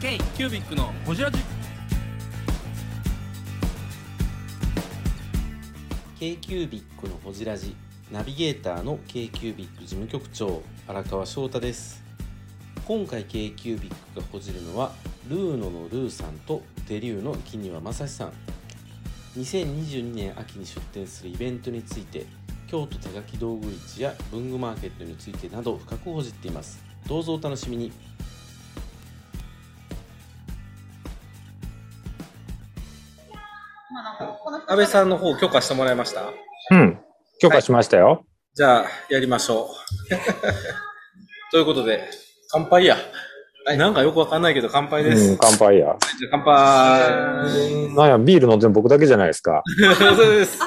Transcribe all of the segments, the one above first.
K キュービックのホジラジ k q b i c のほじラジナビゲーターの k q b i c 事務局長荒川翔太です今回 k q b i c がほじるのはルーノのルーさんとデリューの木庭正史さん2022年秋に出店するイベントについて京都手書き道具市や文具マーケットについてなど深くほじっていますどうぞお楽しみに安倍さんの方許可してもらいましたうん。許可しましたよ。じゃあ、やりましょう。 ということで、乾杯や。はいなんかよくわかんないけど、乾杯です。うん、乾杯や。じゃあ乾杯。なんや、ビール飲んでるの僕だけじゃないですか。お疲れです。で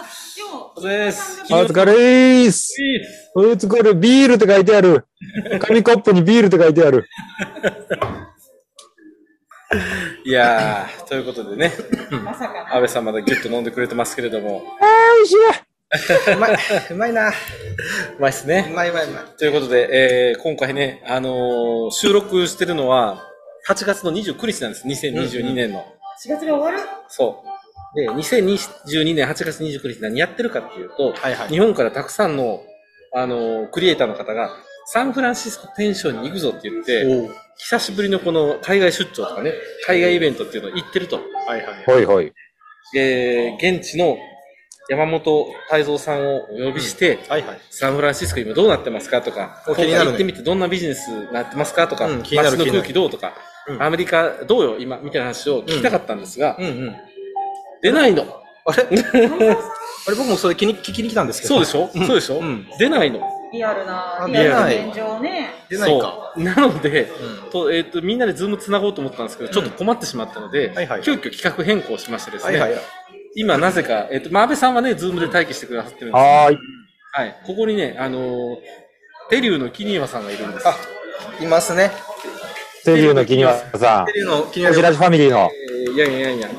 もお、疲れです。お疲れーす。お疲れ、ビールって書いてある。紙コップにビールって書いてある。いやー、というこ とでね、まさか安倍さんまだギュッと飲んでくれてますけれども。あー、美味しい。うまい、うまいな。うまいっすうね。まいうまいうまい。ということで、えー、今回ね、あのー収録してるのは、8月の29日なんです。2022年の。 4月で終わるそう。で、2022年8月29日何やってるかっていうと、はいはい。日本からたくさんの、あの、クリエイターの方が、サンフランシスコペンションに行くぞって言って、おう久しぶりのこの海外出張とかね、海外イベントっていうのを行ってると。はいはい。ほいほい。えー、現地の山本泰造さんをお呼びして、はいはい。サンフランシスコ今どうなってますかとか、お今気になるね回行ってみてどんなビジネスになってますかとか、うん気街になるの気になる空気どうとか、うんアメリカどうよ今みたいな話を聞きたかったんですが、うんうん。出ないの。あれあれ僕もそれ気に聞きに来たんですけど。そううでしょ、そうでしょ、うん出ないの。リアルなあ、リアルリアルな現状ね。出ないか。そう。なので、うんと、えっ、と、みんなでズームつなごうと思ったんですけど、ちょっと困ってしまったので、んはいはい急遽企画変更しましてですはね、いはい。今なぜか、えっ、と、まあ、安倍さんはね、ズームで待機してくださってるんですはーい。はい。ここにね、あのー、デリューのキニワさんがいるんです。あ、いますね。セリューの木庭さんテ。レビの気になホジる。ラジファミリーの。えーいやいやいやいや。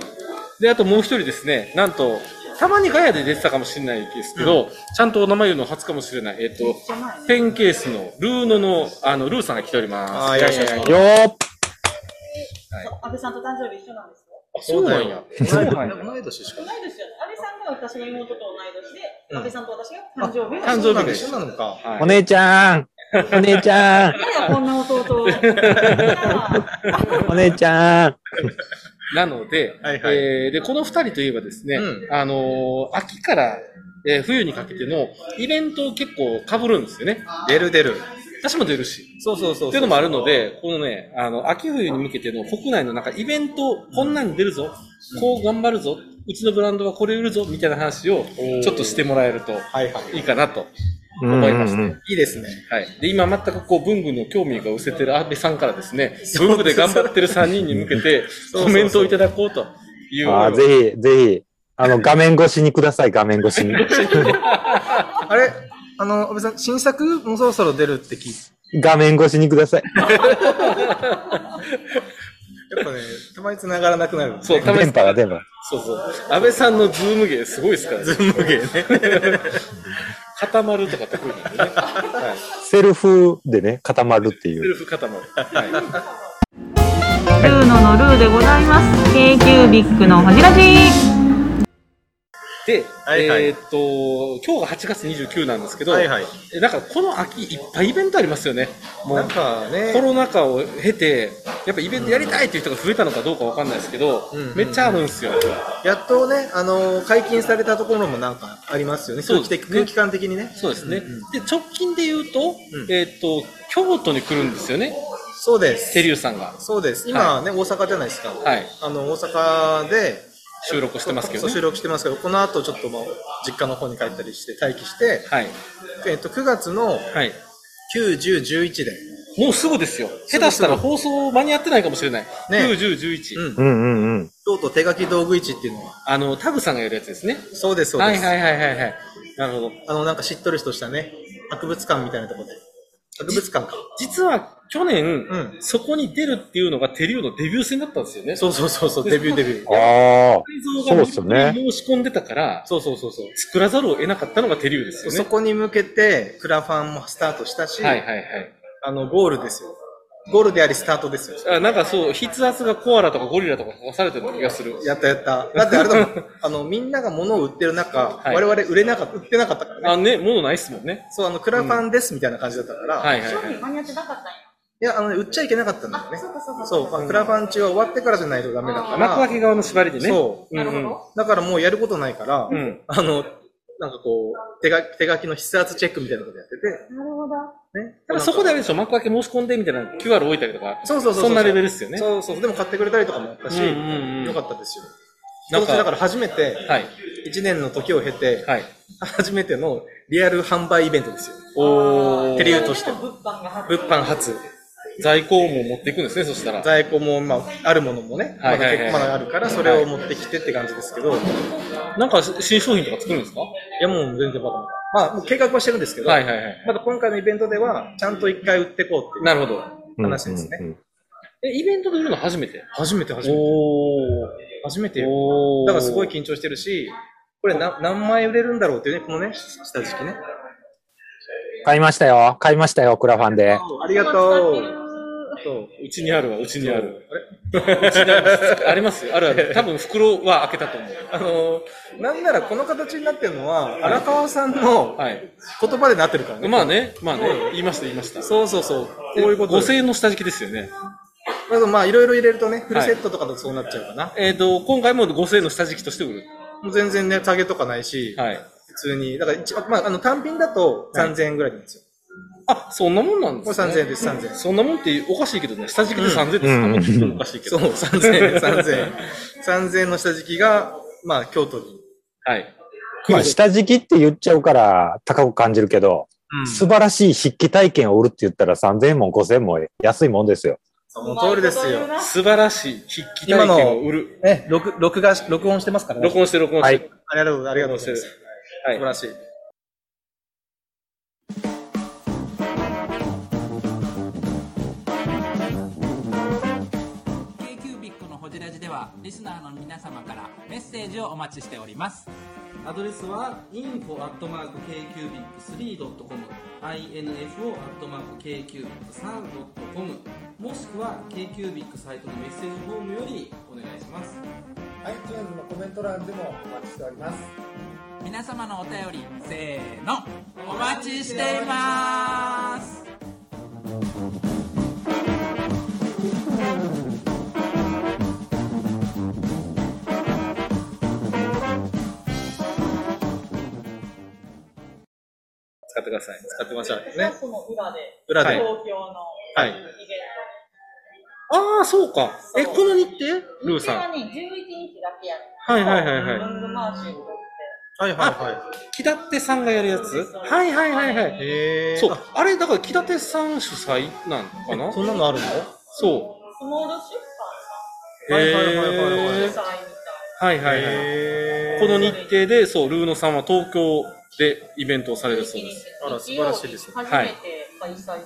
で、あともう一人ですね、なんと、たまにガヤで出てたかもしれないですけど、ちゃんとお名前言うの初かもしれない。えっ、と、じゃないペンケースのルーノの、あの、ルーさんが来ております。あーいやいやいやよろしくお願しますよーっ。安倍さんと誕生日一緒なんですよ。あそうなんや。そうなんや同い年しか同い年よ。安倍さんが私の妹と同い年で、うん安倍さんと私が誕生日。誕そ生うなんだ日です一緒なのか。はいお姉ちゃん。お姉ちゃん。やだこんな弟を。 あお姉ちゃん。なので、はいはいえーで、この二人といえばですね、うあのー秋から、えー冬にかけてのイベントを結構被るんですよね。出る出る。私も出るし。そうそうそう。っていうのもあるの。で、このね、あの、秋冬に向けての国内のなんかイベント、こんなん出るぞ、こう頑張るぞ、うちのブランドはこれ売るぞ、みたいな話をーちょっとしてもらえるとはいはい。いいかなとうんうん思いますね。うんいいですね。はい。で、今全くこう、文具の興味が失せてる安倍さんからですね、文具で頑張ってる3人に向けて、 コメントをいただこうという。あーぜひ、ぜひ、あの、画面越しにください、画面越しに。あれあの、安倍さん、新作もそろそろ出るって聞いて。画面越しにください。やっぱね、たまに繋がらなくなる。そう、たまに電波が電波。そうそう。安倍さんのズーム芸すごいですからね。ズーム芸ね。 固まるとか得意なんでね。はい。セルフでね、固まるっていセうル。フ固まる。はールーノのルーでございます。K キュービックのホジラジい。で、はいはいえーっと、今日が8月29なんですけど、はいはい。えなんかこの秋いっぱいイベントありますよね。もなんうかね。コロナ禍を経て、やっぱイベントやりたいっていう人が増えたのかどうかわかんないですけど、うんうんめっちゃあるんですよ。やっとね、あのー解禁されたところもなんかありますよね。そう空で気す的、ね空気感的にね。そうですね。うんうんで、直近で言うと、うんえーっと、京都に来るんですよね、そうです。テリューさんがそうです。今ね、大阪じゃないですか。はいあの、大阪で、収録してますけどそう収ね。録してますけど、この後ちょっとまあ、実家の方に帰ったりして、待機して、はい。えっと、9月のはい。 9、10、11で、もうすぐですよ。下手したら放送間に合ってないかもしれない。ね9、10、11。うん。うんうんうん。京都手書き道具市っていうのは、あの、タグさんがやるやつですね。そうです、そうはでいす。はいはいはいはい。なるほど。あの、なんかしっとりとしたね、博物館みたいなところで。博物館か。実は去年、うんそこに出るっていうのがテリューのデビュー戦だったんですよね。そうそうそう、そうデビューデビュー。ああ。改そう造っがすよね申し込んでたから、そうそうそうそう。作らざるを得なかったのがテリューですよそね。こに向けて、クラファンもスタートしたし、はいはいはい。あの、ゴールですよ。ゴールでありスタートですよ。あなんかそう、筆圧がコアラとかゴリラとか刺されてる気がする。やったやった。だってあれだも ん、あの、みんなが物を売ってる中、はい我々売れなかった、売ってなかったからね。あ、ね、ものないっすもんね。そう、あの、クラファンですみたいな感じだったから、、はいいはい商はい。品間に合ってなかったんや。や、あのね、売っちゃいけなかったんだよね。あそうかそうかそう、まあクラファン中は終わってからじゃないとダメだから。幕開け側の縛りでね。そうう。んなるほうん。ど。だからもうやることないから、うん。あの、なんかこう、手書き手書きの筆圧チェックみたいなことやってて、なるほど。ね。だからそこであれでしょ、幕開け申し込んでみたいな QR 置いたりとか、そうそうそうう。そんなレベルっすよね。そうそう。でも買ってくれたりとかもあったし、うんうんうんよかったですよ。ななんんかか、だから初めて、はい。 1年の時を経て、はい。初めてのリアル販売イベントですよ。おー。手流として物販が発物販初。在庫も持っていくんですね、そしたら。在庫も、まあ、あるものもね、はいはいはまだ結構いまだあるから、それを持ってきてって感じですけど、いなんか新商品とか作るんですかはやもう全然バカバカ。まあ、もう計画はしてるんですけど、いはいはい。まだ今回のイベントでは、ちゃんと一回売ってこうっていう。なるほど。話ですねうんうんえ、イベントで売るの初めて初めて初めて。おー。初めてよ。おー。だからすごい緊張してるし、これな何枚売れるんだろうっていうね、このね、下敷きね。買いましたよ。買いましたよ、クラファンで。ありがとう。そううちにあるわ、うちにある。あれありますあるある。多分袋は開けたと思う。あのーなんならこの形になってるのは、荒川さんのはい。言葉でなってるからね。まあね、まあね、言いました言いました。そうそうそう。こういうこと。 5000円の下敷きですよね。まあまあ、いろいろ入れるとね、フルセットとかだとそうなっちゃうかな。えっ、と、今回も5000円の下敷きとして売る。もう全然ね、下げとかないし、はい。普通に。だから一、まあ、あの、単品だとはい3000円ぐらいなんですよ。あ、そんなもんなんですね。これ3000円です3000円そんなもんっておかしいけどね、下敷きで3000円ですうんもうちょっとおかしいけそど。う、3000円、3000円。3000円の下敷きが、まあ、京都に。はい。まあ、下敷きって言っちゃうから高く感じるけど、素晴らしい筆記体験を売るって言ったら3000円も5000円も安いもんですよ。その通りですよ。素晴らしい筆記体験を売る。ね、録、録画し、録音してますからね。録音してる録音しはている。。ありがとうございます。ありがとうございます。素はい晴らしい。 KQBIC のホジラジではリスナーの皆様からメッセージをお待ちしておりますアドレスは info.kcubic3.com info.kcubic3.com もしくは KQBIC サイトのメッセージフォームよりお願いします iTunes のコメント欄でもお待ちしております皆様のお便りせーのお待ちしています使ってください。使ってましたね。ね。その裏で、裏で。はい東京のはいイベンああ、そうか。え、この日程ト。ルーさん。ん。日はね、11日だけやる。はいはいはいはい文具マーシーを撮っはいは木立さんがやるやつはいはいはいはいいはい。。へえ。そうあ。、あれ、だから、木立さん主催なのかなそんなのあるのそて、スモールう。出はいはいはいはいはいへ版ーさん主催みはいはいはい。へこの日程で、そう、ルーノさんは東京でイベントをされるたそういな。です。あら素晴らしいです日曜日初めて開催される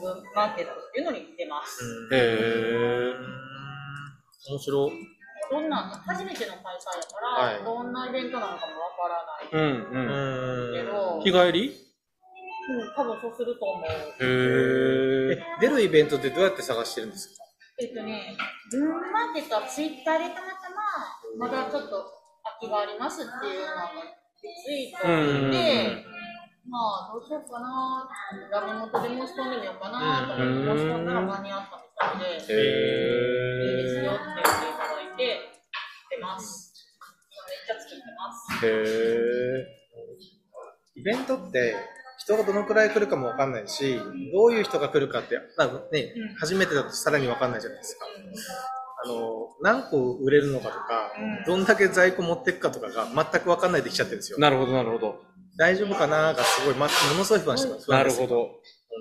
文具マーケットっていうのに来てます。へえ。面白い。どんな、初めての開催やから、はいどんなイベントなのかもわからないうんううん。ーけん。ど、日帰りうん、多分そうすると思う。へえ。え出るイベントってどうやって探してるんですかえっとね、ズームマーケットはツイッターでたまたま、まだちょっと空きがありますっていうのがツイートうんうんで、まあ、どうしようかな、ダメ元で申し込んでみようかなと思って申し込んだら間に合ったみたいで、いいですよって言っていただいて、出ます。めっちゃ作ってます。へえ。イベントって、人がどのくらい来るかもわかんないし、どういう人が来るかって、なんかねうん、初めてだとさらにわかんないじゃないですか。あの、何個売れるのかとか、うんどんだけ在庫持ってくかとかが全くわかんないで来ちゃってるんですよ。なるほど、なるほど。大丈夫かなーがすごい、ま、ものすごい不安してます。なるほど。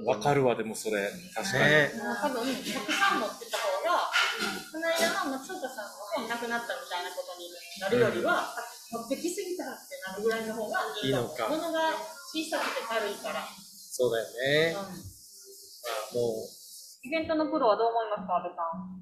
わかるわ、でもそれ。確かに。ねもう多分、たくさん持ってた方が、この間の松岡さんがいなくなったみたいなことになるよりは、持ってきすぎたってなるぐらいの方がいいとい思いのかう。物が小さくて軽いから。そうだよね。もイベントのプロはどう思いますか、阿部さん。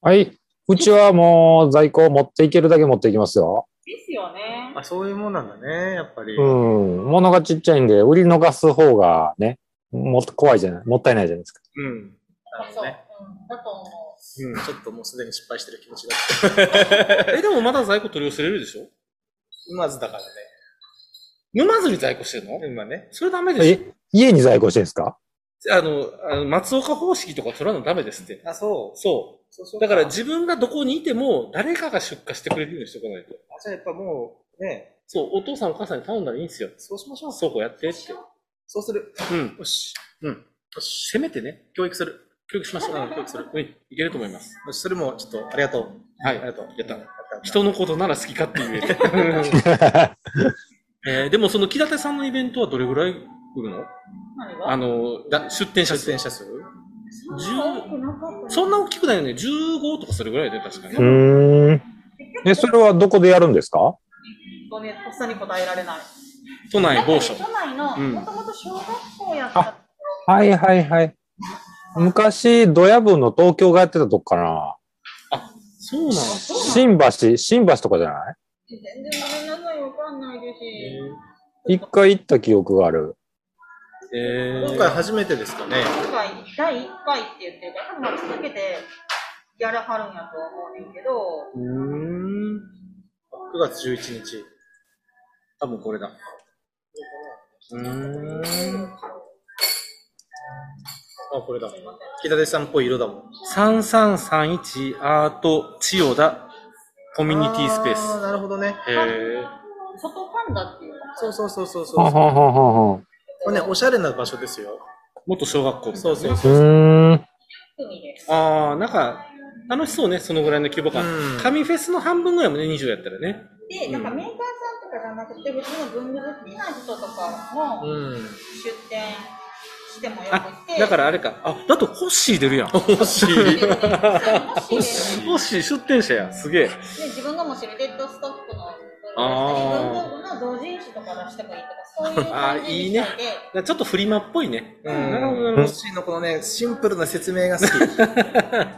はい。うちはもう在庫を持っていけるだけ持っていきますよ。ですよねう、。あ、そういうもんなんだね、やっぱり。うん。物がちっちゃいんで、売り逃す方がね、もっと怖いじゃない、もったいないじゃないですか。うん。なるそほどう、ね。うん、だと思う。うん。ちょっともうすでに失敗してる気持ちが。え、でもまだ在庫取り寄せれるでしょ沼津だからね。沼津に在庫してるの今ね。それダメでしえ、家に在庫してるんですかょあの、あの松岡方式とか取らのダメですって。あ、そう。そ。そうそううだから自分がどこにいても、誰かが出荷してくれるようにしておかないと。あじゃあやっぱもう、ね、そう、お父さんお母さんに頼んだらいいんですよ。そうしましょう。倉庫やってって。そうする。うん。よし。うん。よし。せめてね、教育する。教育しましょう。うん、教育する。うん。いけると思います。よしそれもちょっと、ありがとう。はあい。りがとう。やったやった。人のことなら好きかって言え る。えーでもその木立さんのイベントはどれぐらい来るの何があの、だ出店者出数店。者数そんな多くなかったそんな大きくないよね。15とかそれぐらいだよね、確かに。うーん。え、それはどこでやるんですかとね、とっさに答えられない。都内某所。都内の、うんもともと小学校やった。はいはいはい。昔、ドヤ分の東京がやってたとこかな。そうなの新橋、新橋とかじゃない全然ごめんなさい、わかんないですし。一回行った記憶がある。え今回初めてですかね。今回、第1回って言ってるから、多分まあ続けてやらはるんやと思うねんけど、うーん。9月11日。多分これだ。うーん。あ、これだ。北出さんっぽい色だもん。 3331アート千代田ココミュニティスペーあース。なるほどね。へえ。外パンダっていうか、そうそうそうそうはそはう。こははは。れね、おしゃれな場所ですよ。元小学校みたいなねそうそううーん。組です。ああ、なんか、楽しそうね、そのぐらいの規模感。うん紙フェスの半分ぐらいもね、20やったらね。で、なんかメーカーさんとかじゃなくて、別の文具好きな人とかもうん。出店してもよあくて、、だからあれか。あ、だとホッシー出るやん。ホッシ欲しいー。ですね、ホッ シー、ホッシー出店者や。すげえ。で自分がもしレデッドストックのあー文具の同人誌とか出してもいいとか、そういうあ感ーじいいにしねたいで、ちょっとフリマっぽいね。うんなるほどなるほどコッシーのこのね、シンプルな説明が 好き。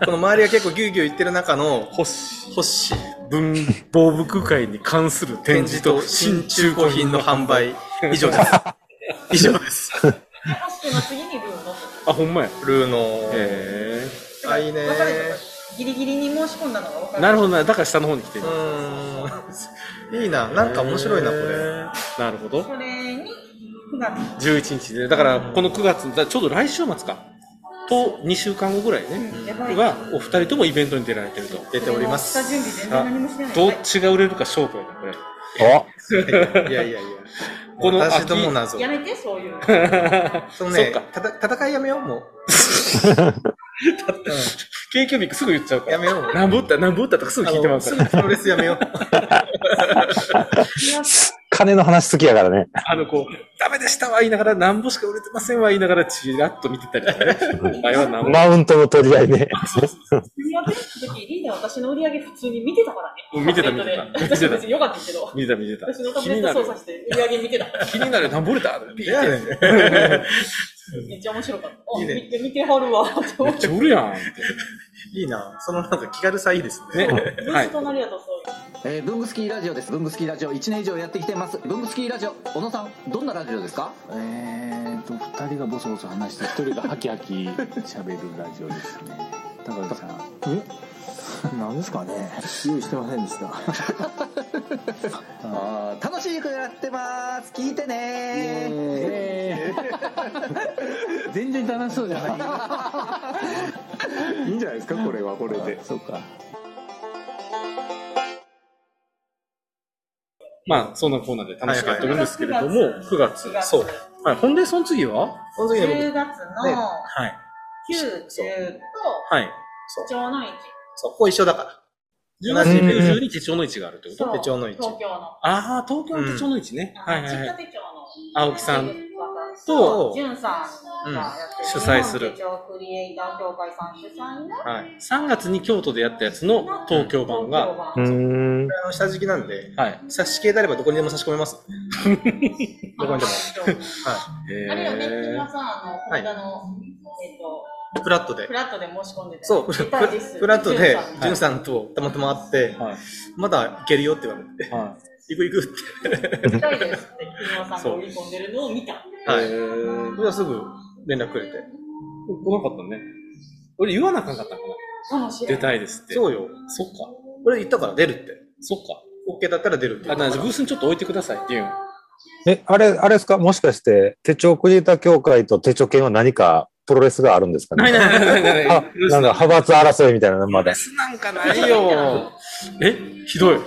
この周りが結構ギュウギュウ言ってる中の、ホッシー。ホッシー、文房具会に関する展示と新中古品の販。売。以上です。以上です。でハッシュの次にルーの。あ、ほんまや。ルーの。へあ、いいねわかるでしょギリギリに申し込んだのが分かえ。る。なるほどな。だから下の方に来てうる。ーん。いいな。なんか面白いな、こへれ。え。なるほど。それに、9月11日で、だからこの9月、だちょうど来週末か、と2週間後ぐらいね、やばい。がお二人ともイベントに出られてると。出ております。下準備全然何もしてない。どっちが売れるか勝負やな、これ。あ、いやいやいや。この秋私ども謎。やめて、そういうの。そのねそっ、たた戦いやめよう、もう。う経験ビックすぐ言っちゃうかんやら。めよう。 なんぼ打った、なんぼ打ったとかすぐ聞いてますあかのら。すぐプロレスやめよう。 金の話好きやからね。あの、こう、ダメでしたわ言いながら、なんぼしか売れてませんわ言いながら、ちらっと見てたりとかね。お前はなんぼマウントの取り合いね。リアベントの時、リーダー私の売り上げ普通に見てたからね。見てた見てたタブレットで私別に良かったけど。見てた見てた私のタ。気ブレにッなトる操。作して売り上げ見てた。気になる、なんぼ売れたいやねめっちゃ面白かった。いいあ、ね見て見てはるわ。ってめ思っっちゃて売るやんって。いいな。そのなんか気軽さいいですね。ね。ブはーいス。となりやとそういう。えー、ブングスキーラジオです。ブングスキーラジオ1年以上やってきてます。ブングスキーラジオ、小野さん、どんなラジオですかえーと、2人がボソボソ話して、1人がハキハキ喋るラジオですね。高橋さん。えなんですかね用意してませんでした。あー楽しい曲やってます。聞いてね全然楽しそうじゃない。いいんじゃないですか、これはこれで。そうか。まあ、そんなコーナーで楽しくやってるんですけれども、はいはい9月。 9月そう。はい。ほんで、その次はその時に僕、 10月ねのはい。 9、そう10はい。と、城の市。そう、ここ一緒だか10月90に手帳の位置があるってことそう手帳の市東京の。ああ、東京の手帳の位置ね。はいはい実は家い。手帳の。青木さんとジュンさんがやってうんる、主催する日本手帳クリエイター協会さん主催のはい。3月に京都でやったやつの東京版が、う東ーん。ら。あの、下敷きなんで、はい。差し系であればどこにでも差し込めます。京版どこにでもえあれよね、君がー、さ、あの、この間の、えっと、フラットでフ。ラットで申し込んでたそう、フフララフラットで、ジュンん。さんとたまたま会って、はい。まだいけるよって言われて、は行く行くって。行きたいですって、君がさんが売り込んでるのを見た。はい。い。えーそれはすぐ連絡くれて。来なかったね。俺言わなあかんかったんかかもしれ出ない。たいですって。そうよ。そっか。俺言ったから出るって。そっか。 OK だったら出るって言あ、ったなからんかブースにちょっと置いてくださいっていうの。え、あれ、あれですかもしかして、手帳くじた協会と手帳犬は何かプロレスがあるんですかねないないないないなあい。、なんだ、派閥争いみたいなのまだレ。スなんかないよ。えひどい。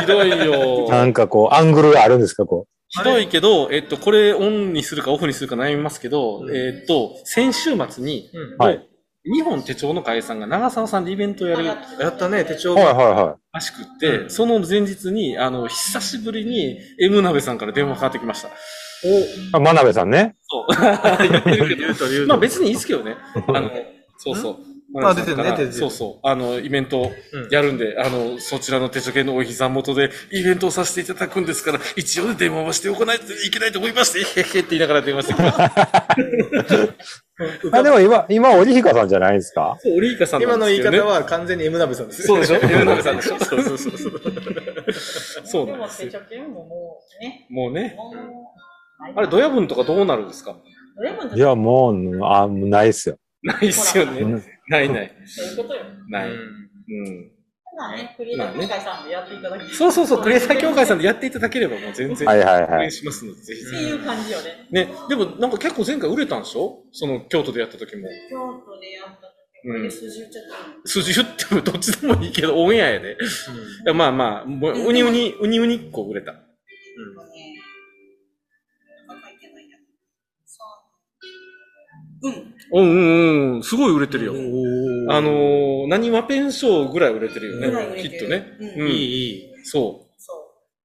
ひどいよ。 なんかこう、アングルがあるんですかこひどいけど、えっと、これオンにするかオフにするか悩みますけど、うんえっと、先週末に、うんう。はい。日本手帳の会さんが長澤さんでイベントをやるあやったね、手帳はいはが。いはらしくって、うんその前日に、あの、久しぶりに M 鍋さんから電話かかってきま した。い。あ、真鍋さんね。そう。言ってるけど言うと言うとまあ別にいいですけ どね。あの、そうそう。あ出てるね出てるそうそう。あの、イベントやるんで、あの、そちらの手帳券のお膝元でイベントをさせていただくんですから、一応電話はしておかないといけないと思いまして、へへへって言いながら電話して きました。あ、でも今、今、オリヒカさんじゃないですかそうオリイカさんな今んのです言いけどね方は完全に M ナベさんですよ。そうでしょ M ナベさんでしょ。そうそうそうそう。そうでなんも、です接よ。着系ももうね、もうね。もう、あれ、ドヤ分とかどうなるんですかどれもいや、もう、あ、もうないっすよ。ないっすようね。んないない。そういうことよ。ない。ううんん。まあね、クリエイター協会さんでやっていただき、そうそうそう、クリエイター協会さんで。でやっていただければもう全然はいはい応は援い。しますので、ぜひっぜていう感じよね。ひ。ね、でもなんか結構前回売れたんでしょその京都でやった時も。京都でやった時、うんこれ筋打ちゃった数字言ってもどっちでもいいけど、オンエアやで。いやまあまあ、もうウニウニ、ウニウニ1個売れた。のね、なんかいけないやつ。さあうん。うんうんうん、すごい売れてるよ。おあのー、何和ペン賞ぐらい売れてるぐらいよ売ね、れきてるっとね。うんいい、いい。そ。そ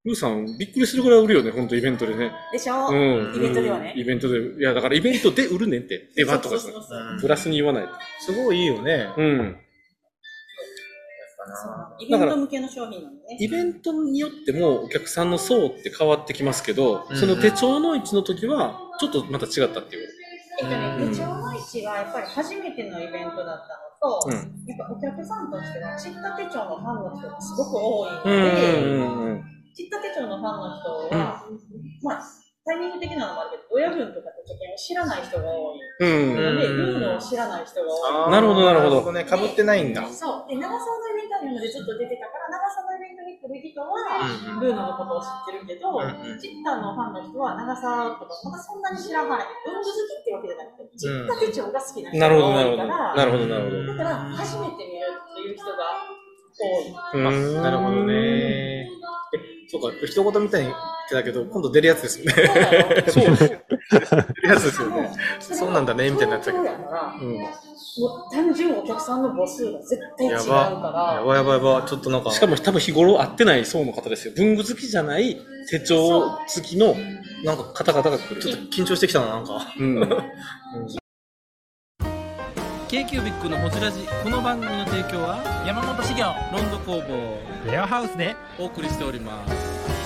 うルーさん、びっくりするぐらい売るよね、ほんと、イベントでね。う。でしょ、うん。イベントではねイベントで。いや、だからイベントで売るねんって。出そ番うとそかうじゃそないうそう。プラスに言わないと。すごいいいよね。うん。イベント向けの商品なのね。イベントによってもお客さんの層って変わってきますけど、うんその手帳の位置の時は、ちょっとまた違ったっていう。えっとね、うん部長の市がやっぱり初めてのイベントだったのと、うんやっぱお客さんとしては、ちった手帳のファンの人がすごく多いのうんで、うんうん。ちった手帳のファンの人は、まあ、タイミング的なのもあるけど、親分とか手帳券を知らない人が多い。うんなうん。ので、うんルールを知らない人が多い。あーなるほどなるほどね、被ってないんだ。そう。で、長澤のイベントにもちょっと出てたから、長澤のイベントに来る人は、うんうんルーノのことを知ってるけど、うんうんチッタのファンの人は長澤とか、まだそんなに知らない。文具好きってわけじゃなくて、チッタ手帳が好きな人ながるほど、な多るいほど。かほなるほど、なるほら、だから、初めて見るという人が多ど。い。うんなるほど。ね。え、そうか、一言みたいに言ってたけど、今度出るやつですよね。そうだよ。そう出るやつですよ ね。れ そうなんだねみたいになってたけどそうやからうん。やもう単純お客さんの母数が絶対違うから、ばいやばいやばい、ちょっとなんか。しかも多分日頃会ってない層の方ですよ。文具好きじゃない手帳付きのなんか、方々が来る。ちょっと緊張してきたな、なんか。うん。 k q b i c のホジラジこの番組の提供は山本資源ロンド工房レアハウスでお送りしております